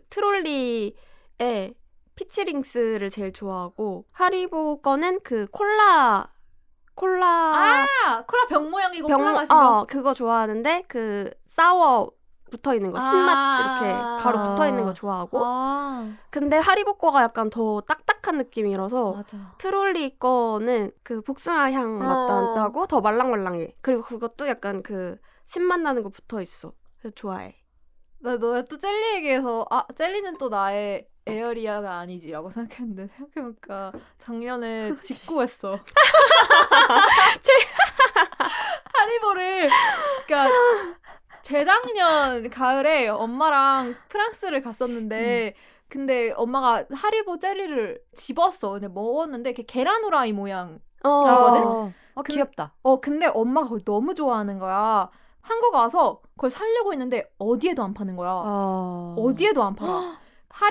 C: 트롤리에 피치링스를 제일 좋아하고 하리보 거는 그 콜라 콜라
A: 아 콜라 병 모양이고 콜라 맛이
C: 어, 그거 좋아하는데 그 사워 붙어 있는 거 신맛
A: 아.
C: 이렇게 가루 붙어 있는 거 좋아하고
A: 아,
C: 근데 하리보 거가 약간 더 딱딱한 느낌이라서
A: 맞아.
C: 트롤리 거는 그 복숭아 향
A: 어.
C: 맛나고 더 말랑말랑해. 그리고 그것도 약간 그 신맛 나는 거 붙어 있어. 그래서 좋아해.
A: 나 너네 또 젤리 얘기해서 아 젤리는 또 나의 에어리아가 아니지라고 생각했는데 생각해보니까 작년에 직구했어. 하리보를 그러니까 재작년 가을에 엄마랑 프랑스를 갔었는데 근데 엄마가 하리보 젤리를 집었어. 근데 먹었는데 이렇게 계란 후라이 모양.
C: 어.
A: 그거거든?
B: 어, 어,
A: 그-
B: 귀엽다.
A: 어 근데 엄마가 그걸 너무 좋아하는 거야. 한국 와서 그걸 살려고 했는데 어디에도 안 파는 거야.
B: 어.
A: 어디에도 안 팔아.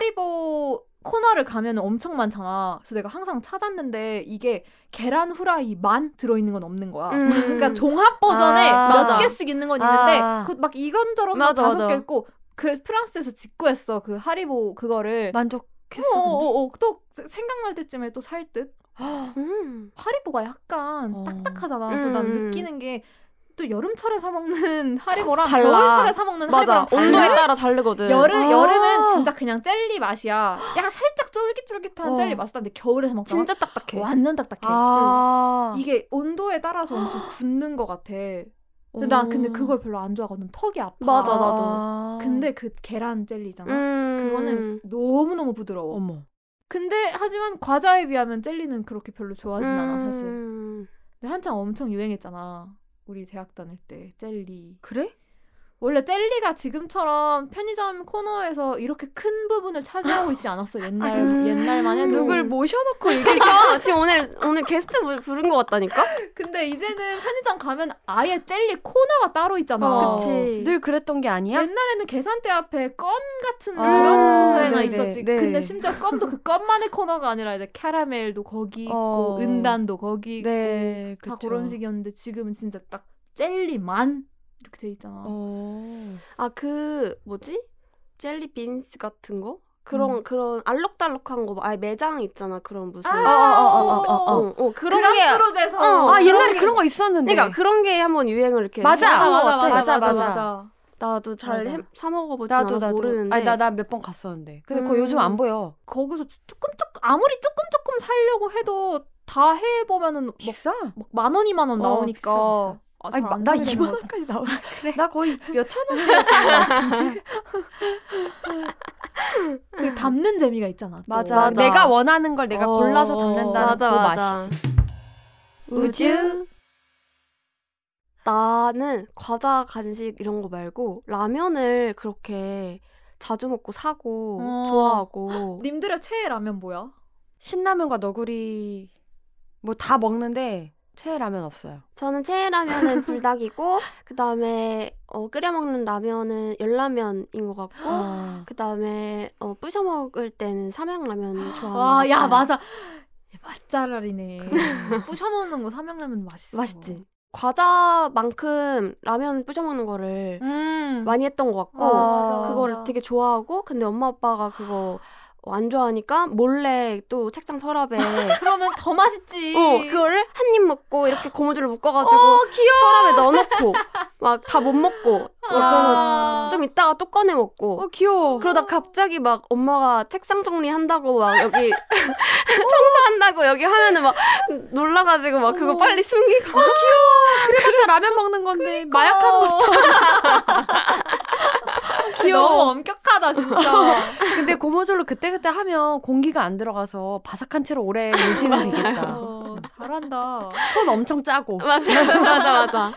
A: 하리보 코너를 가면 엄청 많잖아. 그래서 내가 항상 찾았는데 이게 계란 후라이만 들어있는 건 없는 거야.
C: 음.
A: 그러니까 종합 버전에
B: 아.
A: 몇
C: 맞아.
A: 개씩 있는 건 있는데
B: 아.
A: 그막 이런저런 거
C: 맞아,
A: 다섯
C: 맞아.
A: 개 있고 그 프랑스에서 직구했어 그 하리보 그거를.
B: 만족했어. 어,
A: 어,
B: 근데?
A: 어, 어, 또 생각날 때쯤에 또 살 듯.
C: 음.
A: 하리보가 약간
B: 어.
A: 딱딱하잖아. 그걸 난
C: 음.
A: 느끼는 게 또 여름철에 사 먹는 하리보랑
C: 달라.
A: 겨울철에 사 먹는
C: 맞아.
A: 하리보랑
C: 온도에 따라 다르거든.
A: 여름
B: 아.
A: 여름은 진짜 그냥 젤리 맛이야. 약간 살짝 쫄깃쫄깃한
B: 어.
A: 젤리 맛이다. 근데 겨울에서 먹다
C: 진짜 그 딱딱해.
A: 완전 딱딱해.
B: 아,
A: 이게 온도에 따라서 엄청 굳는 것 같아. 근데
B: 어.
A: 난 근데 그걸 별로 안 좋아하거든. 턱이 아파.
C: 맞아, 나도.
B: 아.
A: 근데 그 계란 젤리잖아.
C: 음.
A: 그거는 너무 너무 부드러워.
B: 어머.
A: 근데 하지만 과자에 비하면 젤리는 그렇게 별로 좋아하진 않아 사실.
C: 음.
A: 근데 한창 엄청 유행했잖아. 우리 대학 다닐 때 젤리.
B: 그래?
A: 원래 젤리가 지금처럼 편의점 코너에서 이렇게 큰 부분을 차지하고 있지 않았어 옛날
C: 음.
A: 옛날만 해도
B: 아. 누굴 모셔놓고 얘기
C: 그러니까 지금 오늘 오늘 게스트 분 부른 것 같다니까.
A: 근데 이제는 편의점 가면 아예 젤리 코너가 따로 있잖아
B: 어. 음.
C: 그치.
B: 늘 그랬던 게 아니야?
A: 옛날에는 계산대 앞에 껌 같은
B: 아,
A: 그런 소리만
B: 네네,
A: 있었지
B: 네.
A: 근데 심지어 껌도 그 껌만의 코너가 아니라 이제 캐러멜도 거기 있고
B: 어.
A: 은단도 거기 있고
B: 네,
A: 다
B: 그쵸.
A: 그런 식이었는데 지금은 진짜 딱 젤리만 이렇게 돼 있잖아
B: 어.
C: 아 그 뭐지? 젤리 빈스 같은 거? 그런
A: 음.
C: 그런 알록달록한 거 아예 매장 있잖아. 그런 무슨
B: 어, 어, 어, 어,
C: 어,
B: 어.
C: 어, 그런 게
A: 그랑스로제서
C: 어,
B: 아 옛날에 그런 거 있었는데.
C: 그러니까 그런 게 한번 유행을 이렇게
B: 네. 맞아.
C: 했던 것
A: 맞아
C: 같아.
A: 맞아 맞아,
B: 맞아,
A: 맞아.
C: 나도 잘
B: 맞아.
C: 해- 사 먹어보지 않아서
B: 나도 나도
C: 모르는데
B: 아니 나 나 몇 번 갔었는데. 근데 그거
C: 음.
B: 요즘 안 보여. 뭐,
A: 거기서 조금 조금 아무리 조금 조금 살려고 해도 다 해보면은
B: 비싸?
A: 막만 원, 이만 원
B: 어,
A: 나오니까
B: 비싸,
A: 아,
B: 아니
A: 잘안
B: 나
A: 사게 되는
B: 2만
A: 것 같아.
B: 원까지 나오네. 나 거의 몇천 원.
A: 그 담는 재미가 있잖아. 또.
B: 맞아.
C: 맞아.
B: 내가 원하는 걸 내가
A: 어,
B: 골라서 담는다는
C: 맞아
B: 그
C: 맞아
B: 맛이지.
C: 우즈 나는 과자 간식 이런 거 말고 라면을 그렇게 자주 먹고 사고
A: 어.
C: 좋아하고
B: 네.
A: 님들의 최애 라면 뭐야?
B: 신라면과 너구리 뭐 다 먹는데 최애 라면 없어요.
C: 저는 최애 라면은 불닭이고 그 다음에 어, 끓여 먹는 라면은 열라면인 것 같고
B: 아.
C: 그 다음에 어, 부셔 먹을 때는 삼양라면 좋아하는
A: 와,
C: 것
A: 야
C: 같아요.
A: 맞아. 얘 맛잘알이네. 부셔 먹는 거 삼양라면 맛있어.
C: 맛있지. 과자만큼 라면 부셔 먹는 거를
A: 음.
C: 많이 했던 것 같고
B: 어,
A: 맞아, 맞아.
C: 그거를 되게 좋아하고 근데 엄마 아빠가 그거 안 좋아하니까 몰래 또 책상 서랍에 어
A: 그러면 더 맛있지.
C: 그거를 한 입 먹고 이렇게 고무줄을 묶어가지고
A: 귀여워.
C: 서랍에 넣어놓고 막 다 못 먹고 그래서
A: 아.
C: 좀 이따가 또 꺼내 먹고
B: 어 귀여워.
C: 그러다 갑자기 막 엄마가 책상 정리한다고 막 여기 청소한다고 여기 하면은 막 놀라가지고 막 그거
B: 어머.
C: 빨리 숨기고
B: 그래봤자 라면 먹는 건데 마약하고
A: 귀여워. 아, 너무 엄격하다 진짜.
B: 어, 근데 고무줄로 그때그때 하면 공기가 안 들어가서 바삭한 채로 오래 유지는 되겠다.
A: 어, 잘한다.
B: 손 엄청 짜고.
C: 맞아 맞아 맞아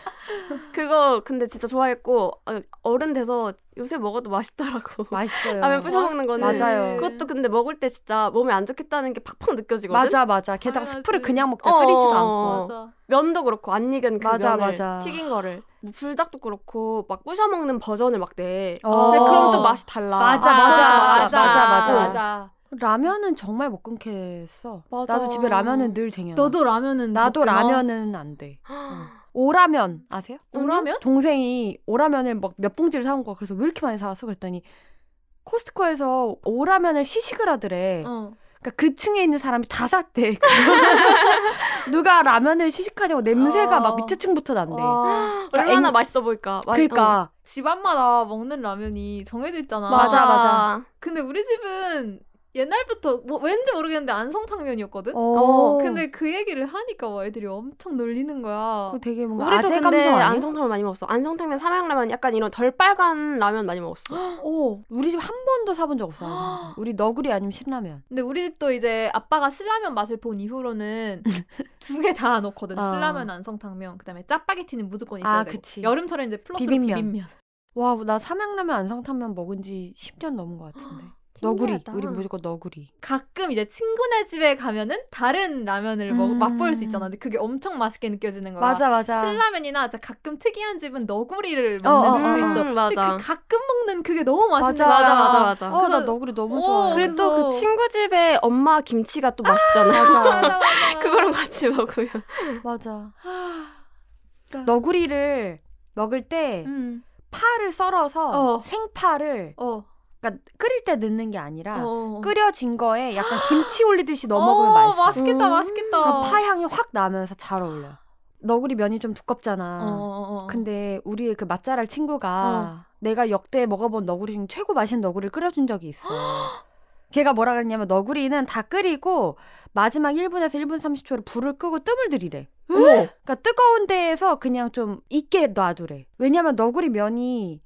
C: 그거 근데 진짜 좋아했고 어, 어른 돼서 요새 먹어도 맛있더라고
B: 네. 맛있어요.
C: 그 라면 부셔 먹는 거는
B: 맞아요.
C: 그것도 근데 먹을 때 진짜 몸에 안 좋겠다는 게 팍팍 느껴지거든
B: 맞아 맞아. 게다가
A: 당연하지.
B: 스프를 그냥 먹자
C: 어,
B: 끓이지도
C: 어,
B: 않고.
C: 어.
A: 맞아.
C: 면도 그렇고 안 익은 그
B: 맞아,
C: 면을
B: 맞아.
C: 튀긴 거를 뭐 불닭도 그렇고 막 부셔 먹는 버전을 막 내.
B: 어.
C: 근데 그럼 또 맛이 달라.
B: 맞아, 맞아,
C: 어.
B: 맞아, 맞아.
A: 맞아.
B: 라면은 정말 못 끊겠어.
A: 맞아.
B: 나도 집에 라면은 늘 쟁여.
A: 너도 라면은
B: 나도
A: 못 끊어?
B: 라면은 안 돼. 오라면 아세요?
A: 오라면?
B: 동생이 오라면을 막 몇 봉지를 사온 거야. 그래서 왜 이렇게 많이 사왔어? 그랬더니 코스트코에서 오라면을 시식을 하더래.
A: 어.
B: 그러니까 그 층에 있는 사람이 다 샀대. 누가 라면을 시식하냐고 냄새가
C: 아.
A: 어.
B: 막 밑에 층부터 난대.
A: 와.
C: 얼마나
B: 그러니까 앵-
C: 맛있어 보일까. 맛- 어.
B: 그러니까
A: 아. 집안마다 먹는 라면이 정해져 있잖아.
B: 맞아, 맞아.
A: 근데 우리 집은 옛날부터 뭐 왠지 모르겠는데 안성탕면이었거든.
B: 어.
A: 근데 그 얘기를 하니까 와, 애들이 엄청 놀리는 거야.
B: 그거 되게 뭔가
C: 우리도
B: 아재
C: 뭐 근데
B: 감성 아니야?
C: 안성탕면 많이 먹었어. 안성탕면 삼양라면 약간 이런 덜 빨간 라면 많이 먹었어.
A: 오.
B: 우리 집 한 번도 사본 적 없어. 라면. 우리 너구리 아니면 신라면.
A: 근데 우리 집도 이제 아빠가 신라면 맛을 본 이후로는 두 개 다 넣거든.
B: 어.
A: 신라면, 안성탕면, 그다음에 짜파게티는 무조건 있어야
B: 아,
A: 되고.
B: 그치.
A: 여름철에 이제 플러스
B: 비빔면.
A: 비빔면.
B: 와, 나 삼양라면 안성탕면 먹은 지 10년 넘은 것 같은데. 너구리.
C: 신기하다.
B: 우리 무조건 너구리.
A: 가끔 이제 친구네 집에 가면은 다른 라면을 먹,
B: 음.
A: 맛볼 수 있잖아. 근데 그게 엄청 맛있게 느껴지는 거야.
B: 맞아, 맞아.
A: 신라면이나 진짜 가끔 특이한 집은 너구리를
B: 어,
A: 먹는
B: 어,
A: 집도
B: 어, 어.
A: 있어. 근데
C: 음, 맞아.
A: 그 가끔 먹는 그게 너무 맛있는
B: 맞아,
A: 거야.
C: 맞아 맞아 맞아.
B: 어, 나
A: 그래서-
B: 너구리 너무
A: 오,
B: 좋아해.
A: 그래.
C: 그리고 또 그
A: 그래서-
C: 친구 집에 엄마 김치가 또 맛있잖아.
B: 맞아.
C: 그거랑 같이 먹으면.
B: 맞아.
A: 하, 진짜.
B: 그러니까. 너구리를 먹을 때
A: 음.
B: 파를 썰어서
A: 어.
B: 생파를
A: 어. 어.
B: 그러니까 끓일 때 넣는 게 아니라
A: 어.
B: 끓여진 거에 약간 김치 올리듯이 넣어
A: 어,
B: 먹으면 맛있어.
A: 맛있겠다,
C: 음.
A: 맛있겠다.
B: 그럼 파 향이 확 나면서 잘 어울려. 너구리 면이 좀
A: 어,
B: 두껍잖아.
A: 어, 어.
B: 음. 근데 우리 그 맛잘알 친구가 내가 역대 먹어본 너구리 중 최고 맛있는 너구리를 끓여준 적이 있어. 걔가 뭐라 그랬냐면 너구리는 다 끓이고 마지막 1분에서 1분 30초로 불을 끄고 뜸을 들이래.
C: 어머.
B: 그러니까 뜨거운 데에서 그냥 좀 익게 놔두래. 왜냐면 너구리 면이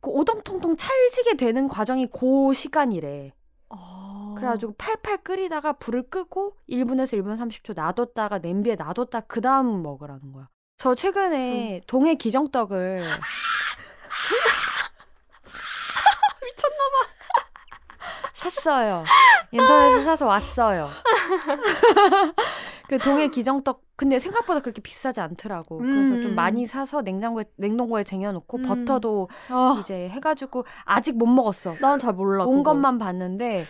B: 그 오동통통 찰지게 되는 과정이 그 시간이래.
A: 어.
B: 그래가지고 팔팔 끓이다가 불을 끄고 1분에서 1분 30초 놔뒀다가 냄비에 놔뒀다 그 다음 먹으라는 거야. 저 최근에 동해 기정떡을 미쳤나봐 샀어요. 인터넷에서 사서 왔어요. 그 동해 기정떡 근데 생각보다 그렇게 비싸지 않더라고. 그래서
A: 음.
B: 좀 많이 사서 냉장고에 냉동고에 쟁여놓고
A: 음.
B: 버터도
A: 아,
B: 이제 해가지고 아직 못 먹었어.
C: 난 잘 몰라.
B: 온
C: 그거.
B: 것만 봤는데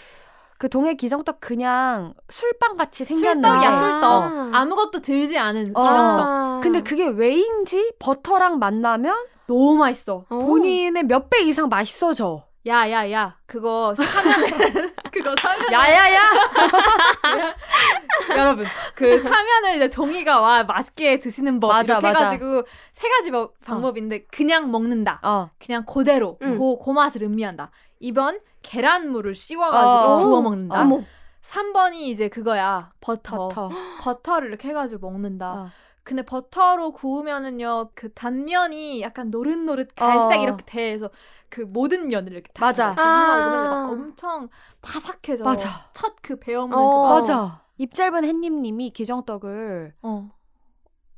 B: 그 동해 기정떡 그냥 술빵 같이 생겼는데
A: 술떡이야,
C: 아.
A: 술떡. 음.
B: 어.
A: 아무것도 들지 않은
B: 어.
A: 기름떡.
C: 아.
B: 근데 그게 왜인지 버터랑 만나면
A: 너무 맛있어.
C: 어.
B: 본인의 몇 배 이상 맛있어져.
A: 야, 야, 야. 그거 사면은, 그거 사면
B: 야야야.
A: 여러분 그 사면은 이제 종이가 와 맛있게 드시는 법
B: 맞아, 어.
A: 이렇게
B: 맞아.
A: 해가지고 세 가지 법- 방법인데 그냥 먹는다
B: 어.
A: 그냥 그대로
C: 음.
A: 고, 고 맛을 음미한다 2번 계란물을 씌워가지고
B: 어.
A: 부어
C: 아,
A: 먹는다
B: 어머.
A: 3번이 이제 그거야 버터,
B: 버터.
A: 버터. 를 이렇게 해가지고 먹는다
B: 어.
A: 근데 버터로 구우면은요 그 단면이 약간 노릇노릇 갈색
B: 어.
A: 이렇게 돼서 그 모든 면을 이렇게 다
B: 맞아.
A: 이렇게 올라오면
C: 아.
A: 막 엄청 바삭해져
B: 맞아.
A: 첫 그 배어먹는
C: 어.
A: 그 맛.
B: 맞아. 입 짧은 햇님님이 기정떡을
A: 어.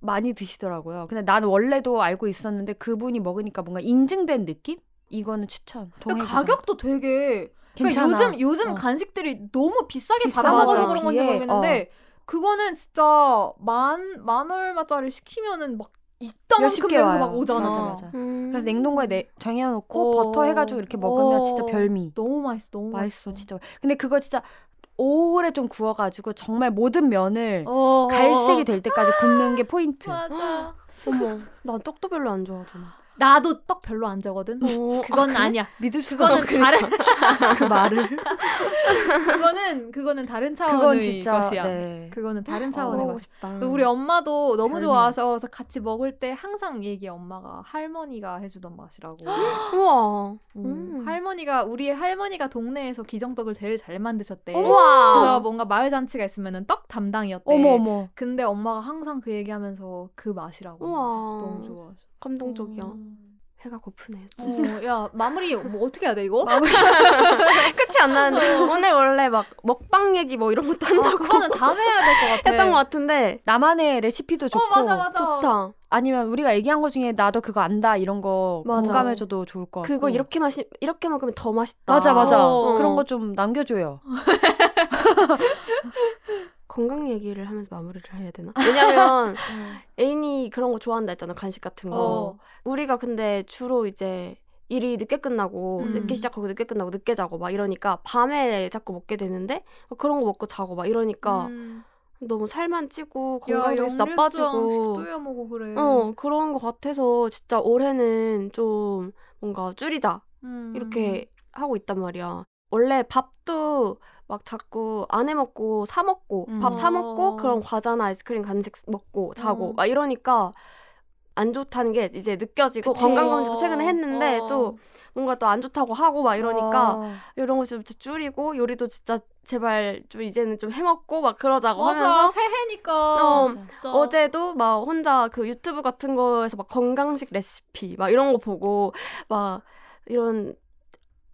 B: 많이 드시더라고요. 근데 난 원래도 알고 있었는데 그분이 먹으니까 뭔가 인증된 느낌? 이거는 추천. 동해
A: 근데
B: 기정떡.
A: 가격도 되게
B: 괜찮아.
A: 그러니까 요즘 요즘
B: 어. 예.
A: 간식들이 너무 비싸게
B: 비싸,
A: 받아먹어서
C: 맞아.
A: 그런 건지
B: 비해,
A: 모르겠는데
B: 어.
A: 그거는 진짜 만만 얼마짜리 시키면은 막
B: 몇십
A: 이따만큼
B: 개
A: 내면서
B: 와요.
A: 막 오잖아.
B: 맞아 맞아.
C: 음.
B: 어. 그래서 냉동고에 내, 정해놓고
A: 어.
B: 버터 해가지고 이렇게 먹으면
A: 어.
B: 진짜 별미.
A: 너무 맛있어, 너무
B: 맛있어 진짜. 근데 그거 진짜 오래 좀 구워가지고 정말 모든 면을
A: 어,
B: 갈색이 될 때까지 굽는 게 포인트.
A: 맞아.
C: 어머. 난 떡도 별로 안 좋아하잖아.
A: 나도 떡 별로 안 좋거든.
B: 음.
C: 어,
A: 그건 아, 니야
B: 믿을 수가
A: 그거는 다른
B: 그 말을.
A: 그거는 그거는 다른 차원의
B: 그건 진짜
A: 것이야.
B: 네. 음.
A: 그거는 다른 차원의
C: 먹고
A: 것.
C: 싶다.
A: 우리 엄마도 너무
B: 별미.
A: 좋아서 그래서 같이 먹을 때 항상 얘기 엄마가 할머니가 해주던 맛이라고.
C: 우와.
A: 음,
C: 음.
A: 할머니가 우리 할머니가 동네에서 기정떡을 제일 잘 만드셨대. 그래서
C: 우와.
A: 뭔가 마을 잔치가 있으면 떡 담당이었대.
B: 어머 어머.
A: 근데 엄마가 항상 그 얘기하면서 그 맛이라고.
C: 우와.
A: 너무 좋아하셔.
C: 감동적이야. 음. 배가 고프네.
A: 어, 야 마무리 뭐 어떻게 해야 돼 이거?
C: 끝이 안 나는데 오늘 원래 막 먹방 얘기 뭐 이런 것도
A: 아,
C: 한다고
A: 그거는 다음에 해야 될 것 같아.
C: 했던 것 같은데
B: 나만의 레시피도 좋고
A: 어 맞아 맞아.
C: 좋다.
B: 니면 우리가 얘기한 것 중에 나도 그거 안다 이런 거
C: 맞아.
B: 공감해줘도 좋을 것 같고
C: 그거 이렇게 마시 이렇게 먹으면 더 맛있다.
B: 어. 맞아 맞아
A: 어. 아,
B: 그런 거 좀 남겨줘요
C: 건강 얘기를 하면서 마무리를 해야 되나? 왜냐면 애인이 그런 거 좋아한다 했잖아 간식 같은 거.
A: 음. 어.
C: 우리가 근데 주로 이제 일이 늦게 끝나고
A: 음.
C: 늦게 시작하고 늦게 끝나고 늦게 자고 막 이러니까 밤에 자꾸 먹게 되는데 그런 거 먹고 자고 막 이러니까
A: 음.
C: 너무 살만 찌고
A: 야,
C: 그러니까 건강도 계속
A: 역류성
C: 나빠지고
A: 식도염 오고 그래.
C: 어 그런 거 같아서 진짜 올해는 좀 뭔가 줄이자
A: 음.
C: 이렇게 하고 있단 말이야. 원래 밥도 막 자꾸 안 해 먹고 사 먹고
B: 음.
C: 밥 사
A: 어.
C: 먹고 그런 과자나 아이스크림 간식 먹고 자고
A: 어.
C: 막 이러니까 안 좋다는 게 이제 느껴지고
A: 그치.
C: 건강 검진도 최근에 했는데
A: 어.
C: 또 뭔가 또 안 좋다고 하고 막 이러니까
B: 어.
C: 이런 거 좀 줄이고 요리도 진짜 제발 좀 이제는 좀 해 먹고 막 그러자고
A: 맞아
C: 하면서
A: 새해니까
C: 어,
A: 진짜.
C: 어제도 막 혼자 그 유튜브 같은 거에서 막 건강식 레시피 막 이런 거 보고 막 이런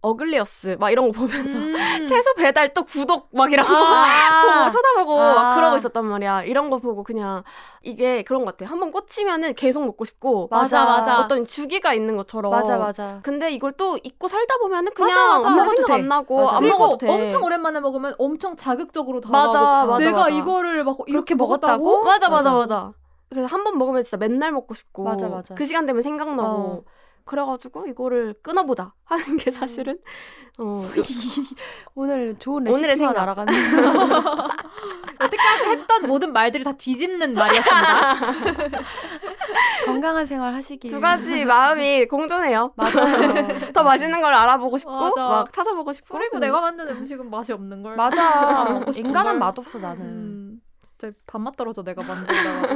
C: 어글리어스 막 이런 거 보면서
A: 음.
C: 채소 배달 또 구독 막 이런 거
B: 아.
A: 뭐,
C: 보고 쳐다보고
B: 아.
C: 막 그러고 있었단 말이야. 이런 거 보고 그냥 이게 그런 것 같아. 한번 꽂히면은 계속 먹고 싶고
A: 맞아, 맞아.
C: 어떤 주기가 있는 것처럼.
A: 어.
B: 맞아 맞아
C: 근데 이걸 또 잊고 살다 보면은
B: 맞아,
C: 그냥
B: 맞아.
C: 엄마
B: 먹어도
C: 생각
B: 돼.
C: 안 나고
B: 맞아.
C: 안
A: 그리고
C: 먹어도 돼.
A: 엄청 오랜만에 먹으면 엄청 자극적으로 다가오고
C: 맞아, 맞아,
A: 내가
C: 맞아.
A: 이거를 막
B: 그렇게
A: 이렇게 먹었다고?
C: 맞아 맞아
B: 어, 맞아.
C: 맞아. 그래서 한 번 먹으면 진짜 맨날 먹고 싶고
B: 맞아, 맞아. 어.
C: 그 시간 되면 생각나고 그래가지고 이거를 끊어보자 하는
B: 음.
C: 게 사실은 어,
A: 그
B: 오늘 좋은
C: 오늘의
B: 레시피만
C: 생각.
B: 알아가는
A: 여태까지 했던 모든 말들이 다 뒤집는 말이었습니다.
B: 건강한 생활 하시길
C: 두 가지 마음이 공존해요.
B: 맞아요
C: 더 맛있는 걸 알아보고 싶고
A: 맞아.
C: 막 찾아보고 싶고
A: 그리고 내가 만든 음식은 맛이 없는 걸.
B: 맞아
A: 먹고 싶은
B: 인간은
A: 걸.
B: 맛없어 나는
A: 음, 진짜 밥맛 떨어져 내가 만들다가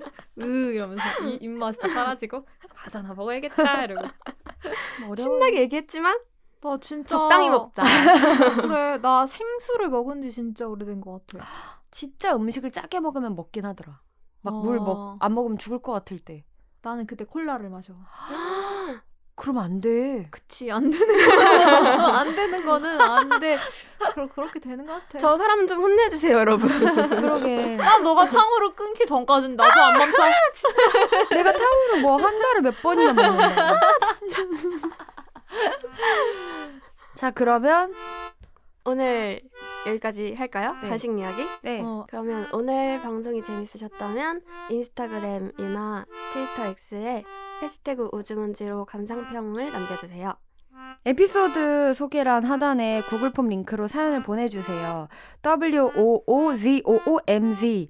A: 으 이러면서 이 입맛이 다 사라지고 과자나 먹어야겠다 이러고
B: 음, 어려워
C: 신나게 얘기했지만
A: 나 진짜
C: 적당히 먹자.
A: 그래 나 생수를 먹은 지 진짜 오래된 것 같아
B: 진짜 음식을 짜게 먹으면 먹긴 하더라 막 물
A: 아.
B: 먹 안 먹으면 죽을 것 같을 때
A: 나는 그때 콜라를 마셔
B: 그러면 안돼
A: 그치 안 되는 거 어, 안 되는 거는 안돼 그러, 그렇게 되는 것 같아
C: 저 사람 좀 혼내주세요, 여러분.
B: 그러게
A: 아 너가 탕후루 끊기 전까진 나도 안 멈춰
B: 내가 탕후루 뭐 한 달에 몇 번이나 먹는다. 자 그러면
C: 오늘 여기까지 할까요?
B: 네.
C: 간식 이야기?
B: 네
A: 어,
C: 그러면 오늘 방송이 재밌으셨다면 인스타그램이나 트위터 X에 해시태그 우주먼지로 감상평을 남겨주세요.
B: 에피소드 소개란 하단에 구글 폼 링크로 사연을 보내주세요. W O O Z O O M Z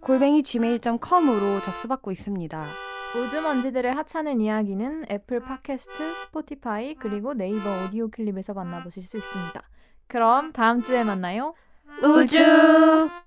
B: 골뱅이 gmail.com으로 접수받고 있습니다.
A: 네. 우주먼지들의 하찮은 이야기는 애플 팟캐스트, 스포티파이 그리고 네이버 오디오 클립에서 만나보실 수 있습니다 그럼 다음 주에 만나요
B: 우주!